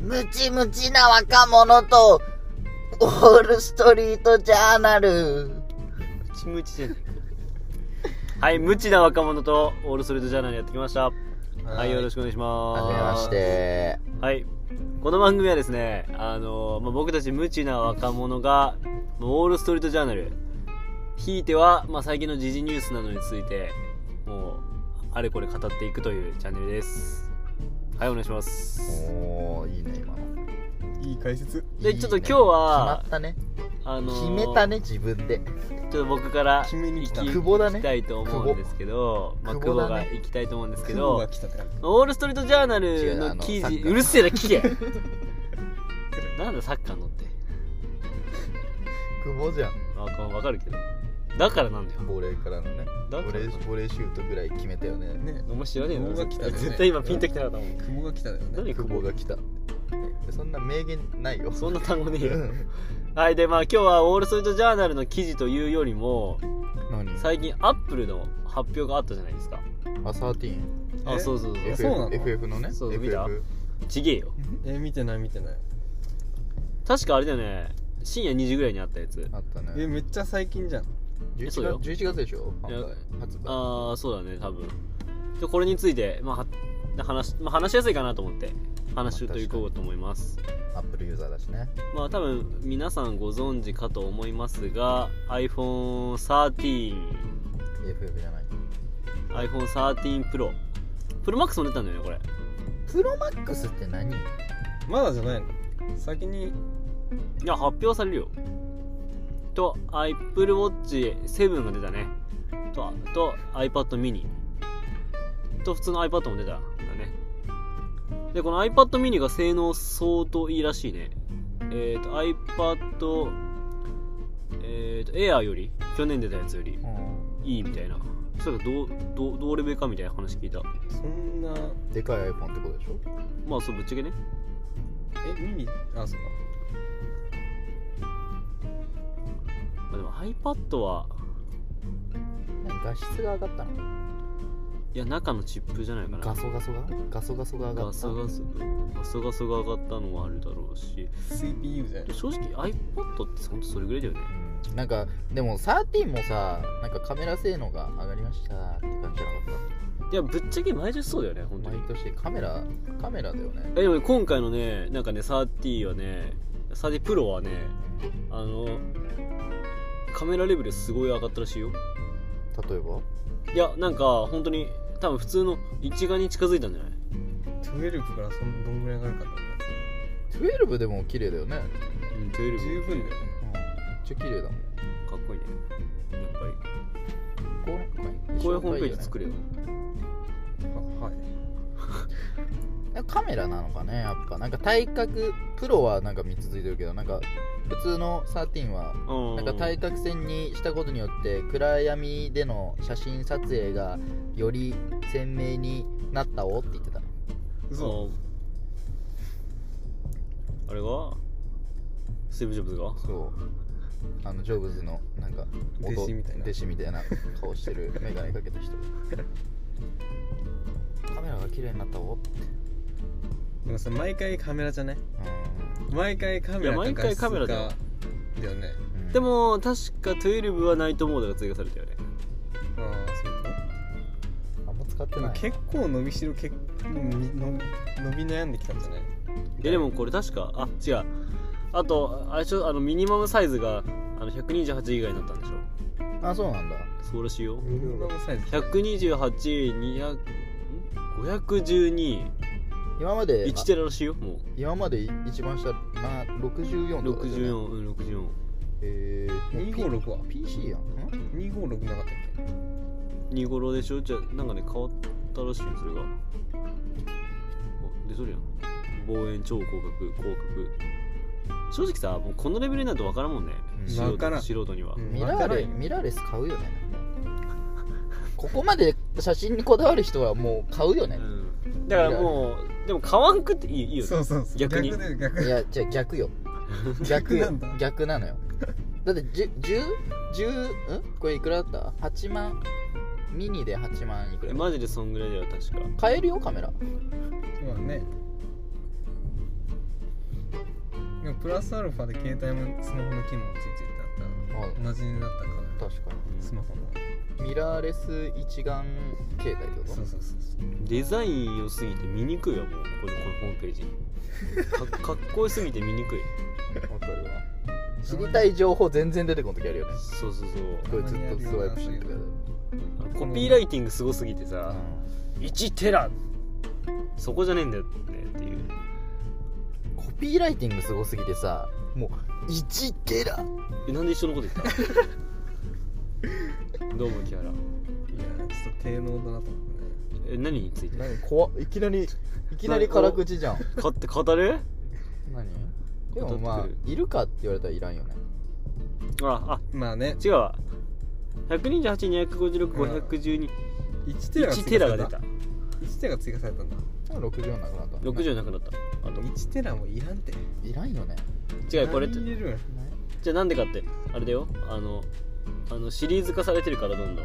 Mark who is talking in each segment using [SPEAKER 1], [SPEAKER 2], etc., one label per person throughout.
[SPEAKER 1] ムチムチな若者と、ウォールストリートジャーナル。
[SPEAKER 2] ムチムチじゃないはい無知な若者とオールストリートジャーナルやってきましたはいよろしくお願いしま
[SPEAKER 1] く
[SPEAKER 2] す
[SPEAKER 1] はじめまして。
[SPEAKER 2] はいこの番組はですねあの、まあ、僕たち無知な若者がまあオールストリートジャーナルひいては、まあ、最近の時事ニュースなどについてもうあれこれ語っていくというチャンネルですはいお願いします
[SPEAKER 1] おー、いいね、今の。
[SPEAKER 3] いい解説
[SPEAKER 2] で
[SPEAKER 1] いいね
[SPEAKER 2] ちょっと今日は
[SPEAKER 1] 決まったね。
[SPEAKER 2] あの
[SPEAKER 1] 決めたね、自分で。
[SPEAKER 2] ちょっと僕から
[SPEAKER 3] 決めに来た
[SPEAKER 2] 行き
[SPEAKER 1] 久保だね
[SPEAKER 2] 行きたいと思うんですけど、まあ、
[SPEAKER 1] 久
[SPEAKER 2] 久
[SPEAKER 1] 保だ
[SPEAKER 2] 保
[SPEAKER 1] ね
[SPEAKER 2] が行きたいと思うんですけ
[SPEAKER 3] 雲
[SPEAKER 2] ど
[SPEAKER 3] が、来たって感じ
[SPEAKER 2] オールストリートジャーナル
[SPEAKER 1] 違うあ
[SPEAKER 2] の
[SPEAKER 1] の
[SPEAKER 2] 記
[SPEAKER 1] サ
[SPEAKER 2] 事、
[SPEAKER 1] ッカー
[SPEAKER 2] うるせえな、聞 けなんだサッカーのって。
[SPEAKER 1] 久保じゃん。
[SPEAKER 2] わかわかるけど。だからなんだよ。
[SPEAKER 1] ボレーからのね。
[SPEAKER 2] だから
[SPEAKER 1] ボレーシュートぐらい決めたよね
[SPEAKER 3] ね
[SPEAKER 2] 面白いねえな
[SPEAKER 3] 雲が来たね
[SPEAKER 2] 絶対今ピンときたかったもん。
[SPEAKER 3] 雲が来ただよね
[SPEAKER 2] 何
[SPEAKER 1] 久
[SPEAKER 2] 久
[SPEAKER 1] 保
[SPEAKER 2] 保
[SPEAKER 1] が来たそんな名言ないよ
[SPEAKER 2] そんな単語ねえ
[SPEAKER 1] う
[SPEAKER 2] よ。
[SPEAKER 1] ん
[SPEAKER 2] はい、で、まあ今日はオールストリートジャーナルの記事というよりも、
[SPEAKER 1] 何
[SPEAKER 2] 最近アップルの発表があったじゃないですか。
[SPEAKER 1] あサーティーン
[SPEAKER 2] あ、
[SPEAKER 3] え
[SPEAKER 2] そうそうそう
[SPEAKER 3] え。
[SPEAKER 1] FF
[SPEAKER 3] そうなの
[SPEAKER 1] FF のね
[SPEAKER 2] そう
[SPEAKER 1] FF
[SPEAKER 2] 見たちげえよ。
[SPEAKER 3] え見てない見てない
[SPEAKER 2] 確かあれだよね。深夜2時ぐらいにあったやつ。
[SPEAKER 1] あった
[SPEAKER 3] え
[SPEAKER 1] ね
[SPEAKER 3] めっちゃ最近じゃん
[SPEAKER 1] 11月
[SPEAKER 2] そうよ
[SPEAKER 1] 11月でしょ
[SPEAKER 2] いや
[SPEAKER 1] 販売発売
[SPEAKER 2] ああそうだね多分でこれについて、まあは、話まあ話しやすいかなと思って話をといこうと思います
[SPEAKER 1] アップルユーザーだしね
[SPEAKER 2] まあ多分皆さんご存知かと思いますが
[SPEAKER 1] FF じ
[SPEAKER 2] iPhone13iPhone13
[SPEAKER 1] ゃない
[SPEAKER 2] Pro プロマックスも出たんだよねこれ
[SPEAKER 1] プロマックスって何
[SPEAKER 3] まだじゃないの先に
[SPEAKER 2] いや発表されるよと AppleWatch7 が出たねとと iPad mini と普通の iPad も出たんだねでこの iPad mini が性能相当いいらしいねえっ、と iPad えっ、と Air より去年出たやつよりいいみたいなそれがどうどうどうレベルかみたいな話聞いた
[SPEAKER 3] そんな
[SPEAKER 1] でかい iPhone ってことでしょ
[SPEAKER 2] まあそうぶっちゃけね
[SPEAKER 3] えミニあそうか
[SPEAKER 2] まあでも iPad は
[SPEAKER 1] 何画質が上がったの
[SPEAKER 2] いや中のチップじゃないかな
[SPEAKER 1] ガソガソがガソガソが上が
[SPEAKER 2] ガ
[SPEAKER 1] っ
[SPEAKER 2] サ
[SPEAKER 1] た
[SPEAKER 2] ガサガサガサが上がったのはあるだろうし
[SPEAKER 3] CPU じゃない
[SPEAKER 2] 正直 iPad ってほんとそれぐらいだよね
[SPEAKER 1] うんなんかでも13もさなんかカメラ性能が上がりましたって感じじゃなかっ
[SPEAKER 2] いやぶっちゃけ毎日そうだよね本
[SPEAKER 1] た
[SPEAKER 2] 当
[SPEAKER 1] 毎
[SPEAKER 2] に
[SPEAKER 1] 年カメラカメラだよね
[SPEAKER 2] えでもね今回のねなんかね30はね30プロはねあのカメラレベルすごい上がったらしいよ
[SPEAKER 1] 例えば
[SPEAKER 2] いやなんか本当に多分普通の一眼に近づいたんじゃない
[SPEAKER 3] 12からそんどんぐらい上がるかだよね
[SPEAKER 1] 12でも綺麗だよね、
[SPEAKER 2] うん12
[SPEAKER 3] 十分だ
[SPEAKER 1] めっ
[SPEAKER 3] よね
[SPEAKER 1] ちゃ綺麗だもん
[SPEAKER 2] かっこいいねやっぱ
[SPEAKER 1] こ
[SPEAKER 2] り
[SPEAKER 1] う
[SPEAKER 2] こういうホームページ作れよ
[SPEAKER 3] ははい
[SPEAKER 1] カメラなのかねやっぱなんか体格プロはなんか3つついてるけどなんか普通の13は
[SPEAKER 2] うん
[SPEAKER 1] なんか対角線にしたことによって暗闇での写真撮影がより鮮明になったおって言ってたの
[SPEAKER 3] 嘘
[SPEAKER 2] ああれがスティーブ・ジョブズが
[SPEAKER 1] そうあのジョブズのなんか
[SPEAKER 3] 弟子みたいな
[SPEAKER 1] 弟子みたいな顔して る眼鏡かけた人カメラが綺麗になったおって
[SPEAKER 3] でもさ毎回カメラじゃない毎回カ
[SPEAKER 2] い
[SPEAKER 3] メラ
[SPEAKER 2] や毎回カメラだよ
[SPEAKER 3] よだよね
[SPEAKER 1] うん
[SPEAKER 2] でも確か12はナイトモードが追加されたよね
[SPEAKER 3] ああそういうこと
[SPEAKER 1] あんま使って
[SPEAKER 3] で
[SPEAKER 1] な
[SPEAKER 3] も
[SPEAKER 1] い
[SPEAKER 3] 結構伸びしろ結構伸び悩んできたんじゃない
[SPEAKER 2] いやでもこれ確かあ違うあとあれでしょあのミニマムサイズがあの128以外になったんでしょ
[SPEAKER 1] あそうなんだ
[SPEAKER 2] そうらしいよ
[SPEAKER 3] ミニマムサイズ
[SPEAKER 2] 128211201
[SPEAKER 1] 今まで
[SPEAKER 2] テラらしいよも
[SPEAKER 1] 今まで一番下、まあ、64
[SPEAKER 2] う
[SPEAKER 1] とかだよね
[SPEAKER 2] 64うん64
[SPEAKER 1] えー、もう
[SPEAKER 3] 256は
[SPEAKER 1] P- PC やんん
[SPEAKER 3] 256なかったっ
[SPEAKER 2] 2頃でしょじゃあなんかね変わったらしいよそれがお出とるやん望遠超広角広角正直さもうこのレベルになると分からんもんね、
[SPEAKER 1] うん
[SPEAKER 2] 素人
[SPEAKER 3] わからん
[SPEAKER 2] 素人には、
[SPEAKER 3] け
[SPEAKER 1] ミ
[SPEAKER 3] わ
[SPEAKER 1] ラ
[SPEAKER 3] か
[SPEAKER 1] ー
[SPEAKER 3] らん
[SPEAKER 1] レ
[SPEAKER 3] よ
[SPEAKER 1] ミラーレス買うよねここまで写真にこだわる人はもう買うよね、
[SPEAKER 2] うんだからもうでも買わんくっていいいいよね
[SPEAKER 3] そうそうそう
[SPEAKER 2] 逆に
[SPEAKER 3] 逆だよ逆
[SPEAKER 1] いやじゃあ逆 よ逆
[SPEAKER 3] 逆
[SPEAKER 1] よ
[SPEAKER 3] なんだ
[SPEAKER 1] 逆なのよだって1010んこれいくらだった8万ミニで8万いくら
[SPEAKER 2] マジでそんぐらいだよ確か
[SPEAKER 1] 買えるよカメラ
[SPEAKER 3] まあねでもプラスアルファで携帯もスマホの機能もついてってあったら同じになったから
[SPEAKER 1] 確か
[SPEAKER 3] スマホの
[SPEAKER 1] にミラーレス一眼携帯ってこと
[SPEAKER 3] そうそうそうそう
[SPEAKER 2] デザイン良すぎて見にくいわもうこれこのホームページか かっこよすぎて見にくい
[SPEAKER 1] わかるわ知りたい情報全然出てこん時あるよね
[SPEAKER 2] そうそうそう
[SPEAKER 1] これずっとスワイプしてるから
[SPEAKER 2] あのコピーライティングすごすぎてさ1テラそこじゃねえんだよねっていう
[SPEAKER 1] コピーライティングすごすぎてさもう1テラ
[SPEAKER 2] えなんで一緒のこと言った どうも木原
[SPEAKER 3] いやーちょっと低能だなと思ってね
[SPEAKER 2] え何について
[SPEAKER 1] 何怖っいきなりいきなり辛口じゃん
[SPEAKER 2] かって語る
[SPEAKER 1] 何でもま
[SPEAKER 2] 語って
[SPEAKER 1] あいるかって言われたらいらんよね
[SPEAKER 2] ああ
[SPEAKER 3] まあね
[SPEAKER 2] 違うわ1282565121
[SPEAKER 3] 1テラが追加
[SPEAKER 2] テラが
[SPEAKER 3] さ
[SPEAKER 2] 出
[SPEAKER 3] れた
[SPEAKER 2] た
[SPEAKER 3] 1テラが追加されたんだ
[SPEAKER 1] でも60なくなった
[SPEAKER 2] 60なくなったあ
[SPEAKER 3] 1テラもいらんて
[SPEAKER 1] いらんよね
[SPEAKER 2] と違うこれって
[SPEAKER 3] 何入れるん
[SPEAKER 2] じゃあなんでかってあれだよあのあのシリーズ化されてるからどんどん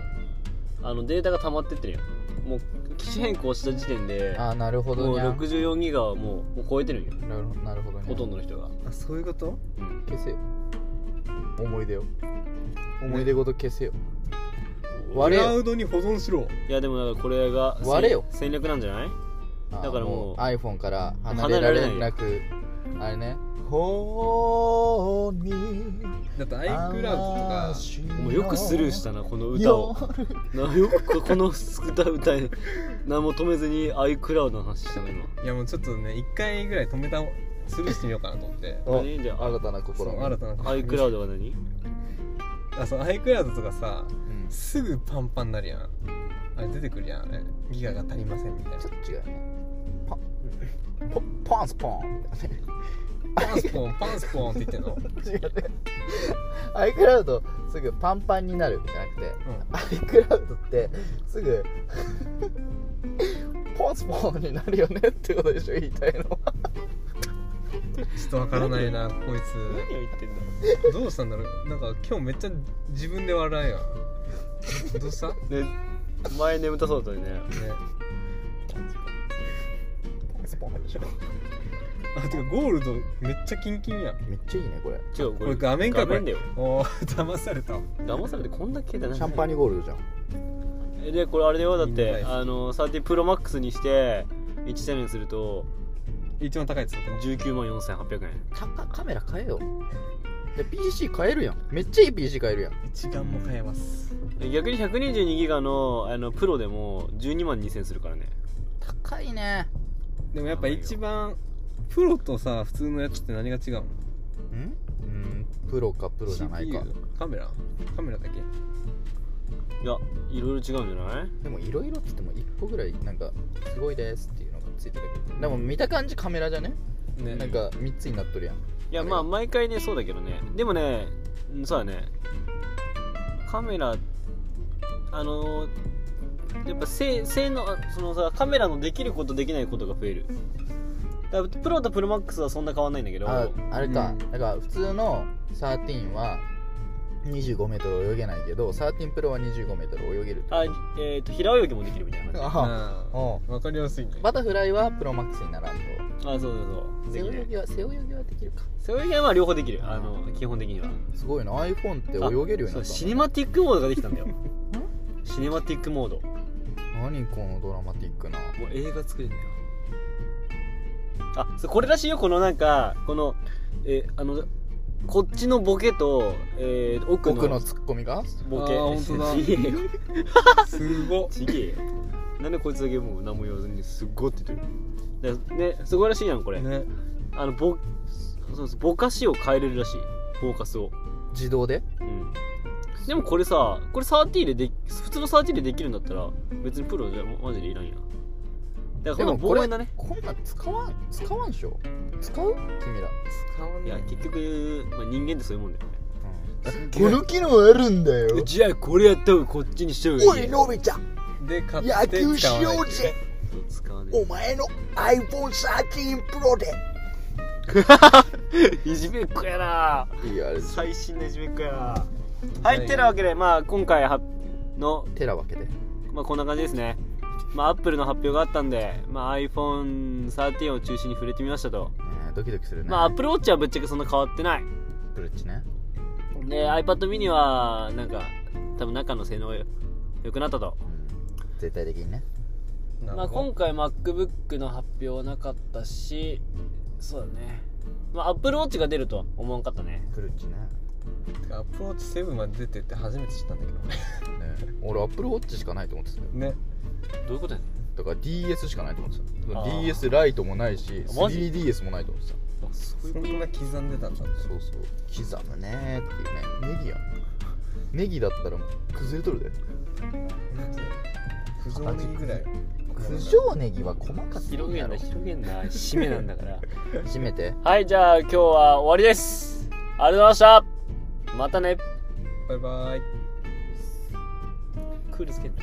[SPEAKER 2] あのデータが溜まってってるよもう機種変更した時点で
[SPEAKER 1] ああなるほ
[SPEAKER 2] も
[SPEAKER 1] ど
[SPEAKER 2] う
[SPEAKER 1] ね
[SPEAKER 2] 64ギガはもうもう超えてるんよ
[SPEAKER 1] なるほどなるほどね
[SPEAKER 2] ほとんどの人が、
[SPEAKER 3] あそういうこと
[SPEAKER 2] うん、
[SPEAKER 1] 消せよ思い出を思い出ごと消せよ割れ
[SPEAKER 3] ク
[SPEAKER 1] よ
[SPEAKER 3] ラウドに保存しろ
[SPEAKER 2] いやでもなんかこれが
[SPEAKER 1] 割れよ
[SPEAKER 2] 戦略なんじゃない
[SPEAKER 1] あー
[SPEAKER 2] だからもう
[SPEAKER 1] iPhone から離
[SPEAKER 2] 離
[SPEAKER 1] れ
[SPEAKER 2] れ
[SPEAKER 1] られ
[SPEAKER 2] られ
[SPEAKER 1] な
[SPEAKER 2] な
[SPEAKER 1] くあれね「ほーに
[SPEAKER 3] だって iCloud とか
[SPEAKER 2] もうよくスルーしたなこの歌をなよくこの歌歌え何も止めずに iCloud の話したの今
[SPEAKER 3] いやもうちょっとね1回ぐらい止めたスルーしてみようかなと思って
[SPEAKER 1] お
[SPEAKER 2] 何じゃあ
[SPEAKER 1] 新たな
[SPEAKER 3] そ
[SPEAKER 1] 心
[SPEAKER 3] の新たな
[SPEAKER 2] iCloud は何
[SPEAKER 3] あそう iCloud とかさ
[SPEAKER 1] うんち
[SPEAKER 3] すぐパンパンになるやんあれ出てくるやんあれギガが足りませんみたいな
[SPEAKER 1] ょっと違うねパポポンスポン
[SPEAKER 3] パンスポーンパンスポーンって言ってんの
[SPEAKER 1] 違うね iCloud すぐパンパンになるじゃなくて iCloud ってすぐポンスポンになるよねってことでしょ言いたいのは
[SPEAKER 3] ちょっとわからないなこいつ
[SPEAKER 2] 何を言ってんだ
[SPEAKER 3] どうしたんだろうなんか今日めっちゃ自分で笑うやんどうしたね
[SPEAKER 2] ね、前眠たそうだったよね
[SPEAKER 1] ポンスポンでしょ
[SPEAKER 3] あてかゴールドめっちゃキンキンやん
[SPEAKER 1] めっちゃいいねこれ
[SPEAKER 2] 違うこ
[SPEAKER 3] これ画面か
[SPEAKER 2] 画
[SPEAKER 3] これ
[SPEAKER 2] 面だよ
[SPEAKER 3] おー騙された
[SPEAKER 2] 騙されてこんだけだな
[SPEAKER 1] シャンパーニュゴールドじゃん
[SPEAKER 2] えでこれあれだよだっ
[SPEAKER 3] みんな
[SPEAKER 2] て
[SPEAKER 3] で
[SPEAKER 2] あの30プロマックスにして1千円すると
[SPEAKER 3] 一番高いやつだと思う
[SPEAKER 2] 19万4800円
[SPEAKER 1] 高カメラ買えよで PC 買えるやんめっちゃいい PC 買えるやん
[SPEAKER 3] 一眼も買えます
[SPEAKER 2] え逆に122ギガのあのプロでも12万2000するからね
[SPEAKER 1] 高いね
[SPEAKER 3] でもやっぱ一番プロとさ普通のやつって何が違うの
[SPEAKER 1] んうんプロかプロじゃないか
[SPEAKER 3] CPU カメラカメラだけ
[SPEAKER 2] いやいろいろ違うんじゃない
[SPEAKER 1] でもいろいろっつっても1個ぐらいなんかすごいですっていうのがついてるけどでも見た感じカメラじゃね
[SPEAKER 3] ね
[SPEAKER 1] なんか3つになっとるやん
[SPEAKER 2] いやまあ毎回ねそうだけどねでもねうんそうだねカメラあのやっぱ性性能あそのさカメラのできることできないことが増えるだからプロとプロマックスはそんな変わんないんだけど
[SPEAKER 1] ああれか、
[SPEAKER 3] うん
[SPEAKER 1] だから普通の13は 25m 泳げないけど13プロは 25m 泳げる
[SPEAKER 2] あえっ、と平泳ぎもできるみたいな感
[SPEAKER 1] あ
[SPEAKER 3] なあ
[SPEAKER 1] あ
[SPEAKER 3] わかりやすいね
[SPEAKER 1] バタフライはプロマックスにならんと
[SPEAKER 2] じあそうそうそう
[SPEAKER 1] 背
[SPEAKER 2] でき
[SPEAKER 1] 泳
[SPEAKER 2] る
[SPEAKER 1] ぎは背泳ぎはできるか
[SPEAKER 2] 背泳ぎはまあ両方できるあの基本的には
[SPEAKER 1] すごいな iPhone って泳げるように
[SPEAKER 2] そ
[SPEAKER 1] な
[SPEAKER 2] う
[SPEAKER 1] った
[SPEAKER 2] シネマティックモードができたん だよシネマティックモードも
[SPEAKER 1] 何このドラマティックな
[SPEAKER 2] う映画作れるんだよあそうこれらしいよこのなんかこのえーあのこっちのボケと、えー奥の
[SPEAKER 1] 奥のツッコミが
[SPEAKER 2] ボケ
[SPEAKER 3] あー本当だ
[SPEAKER 2] ちげえよ
[SPEAKER 3] すご
[SPEAKER 2] ちげえよなんでこいつだけもう何も言わずにすっごって言ってるでねすごいらしいやんこれ、
[SPEAKER 3] っね
[SPEAKER 2] あのぼそうそうぼかしを変えれるらしいフォーカスを
[SPEAKER 1] 自動で
[SPEAKER 2] うんでもこれさこれ13でで普通の13でできるんだったら別にプロじゃマジでいらんやだからこの望遠だね
[SPEAKER 1] こんなん使わん使わんでしょ使う君ら、
[SPEAKER 3] 使わ
[SPEAKER 2] いや結局、まあ、人間ってそういうもんだよね
[SPEAKER 1] この機能あるんだよ
[SPEAKER 2] じゃあこれやった方がこっちにしちゃう
[SPEAKER 1] おいのびちゃん
[SPEAKER 3] で買って
[SPEAKER 1] 野球し
[SPEAKER 3] 使わない
[SPEAKER 1] ようぜ
[SPEAKER 2] 使わね
[SPEAKER 1] お前の iPhone13 Pro で
[SPEAKER 2] え いじめっ子やない
[SPEAKER 1] やあれ
[SPEAKER 2] 最新のいじめっ子やなはいってなわけでまあ今回はの
[SPEAKER 1] てらわけで
[SPEAKER 2] まあこんな感じですねまあアップルの発表があったんで、まあ、iPhone13 を中心に触れてみましたと
[SPEAKER 1] えードキドキするね
[SPEAKER 2] まあ、アップルウォッチはぶっちゃけそんな変わってない。
[SPEAKER 1] プルッチね
[SPEAKER 2] で、iPad mini は、なんか、多分中の性能が良くなったと。
[SPEAKER 1] うん絶対的にね
[SPEAKER 3] な
[SPEAKER 2] まあ、
[SPEAKER 3] るほ
[SPEAKER 2] 今回 MacBook の発表はなかったし、そうだね。まあ、Apple Watch が出るとは思わんかったね。
[SPEAKER 1] プルッチね
[SPEAKER 3] どてかアプローチ7まで出てって初めて知ったんだけど
[SPEAKER 1] ね俺アップルウォッチしかないと思ってたよ
[SPEAKER 3] ね
[SPEAKER 2] どういうことやね
[SPEAKER 1] だから DS しかないと思って
[SPEAKER 2] あ
[SPEAKER 1] た
[SPEAKER 2] ー
[SPEAKER 1] DS ライトもないし
[SPEAKER 2] マジ
[SPEAKER 1] 3DS もないと思ってた
[SPEAKER 3] そんな刻んでたんだ
[SPEAKER 1] そうそう刻むねーっていうねネギやネギだったらもう崩れとるで
[SPEAKER 3] 不条ネギぐらい
[SPEAKER 1] 九条ネギは細かすぎ
[SPEAKER 2] 広
[SPEAKER 1] る
[SPEAKER 2] げ
[SPEAKER 1] や
[SPEAKER 2] ん
[SPEAKER 1] ろ
[SPEAKER 2] な、広げんな。締めなんだから。
[SPEAKER 1] 閉めて
[SPEAKER 2] はい、じゃあ今日は終わりです。ありがとうございました。またね。
[SPEAKER 3] バイバイ
[SPEAKER 2] クールつけんな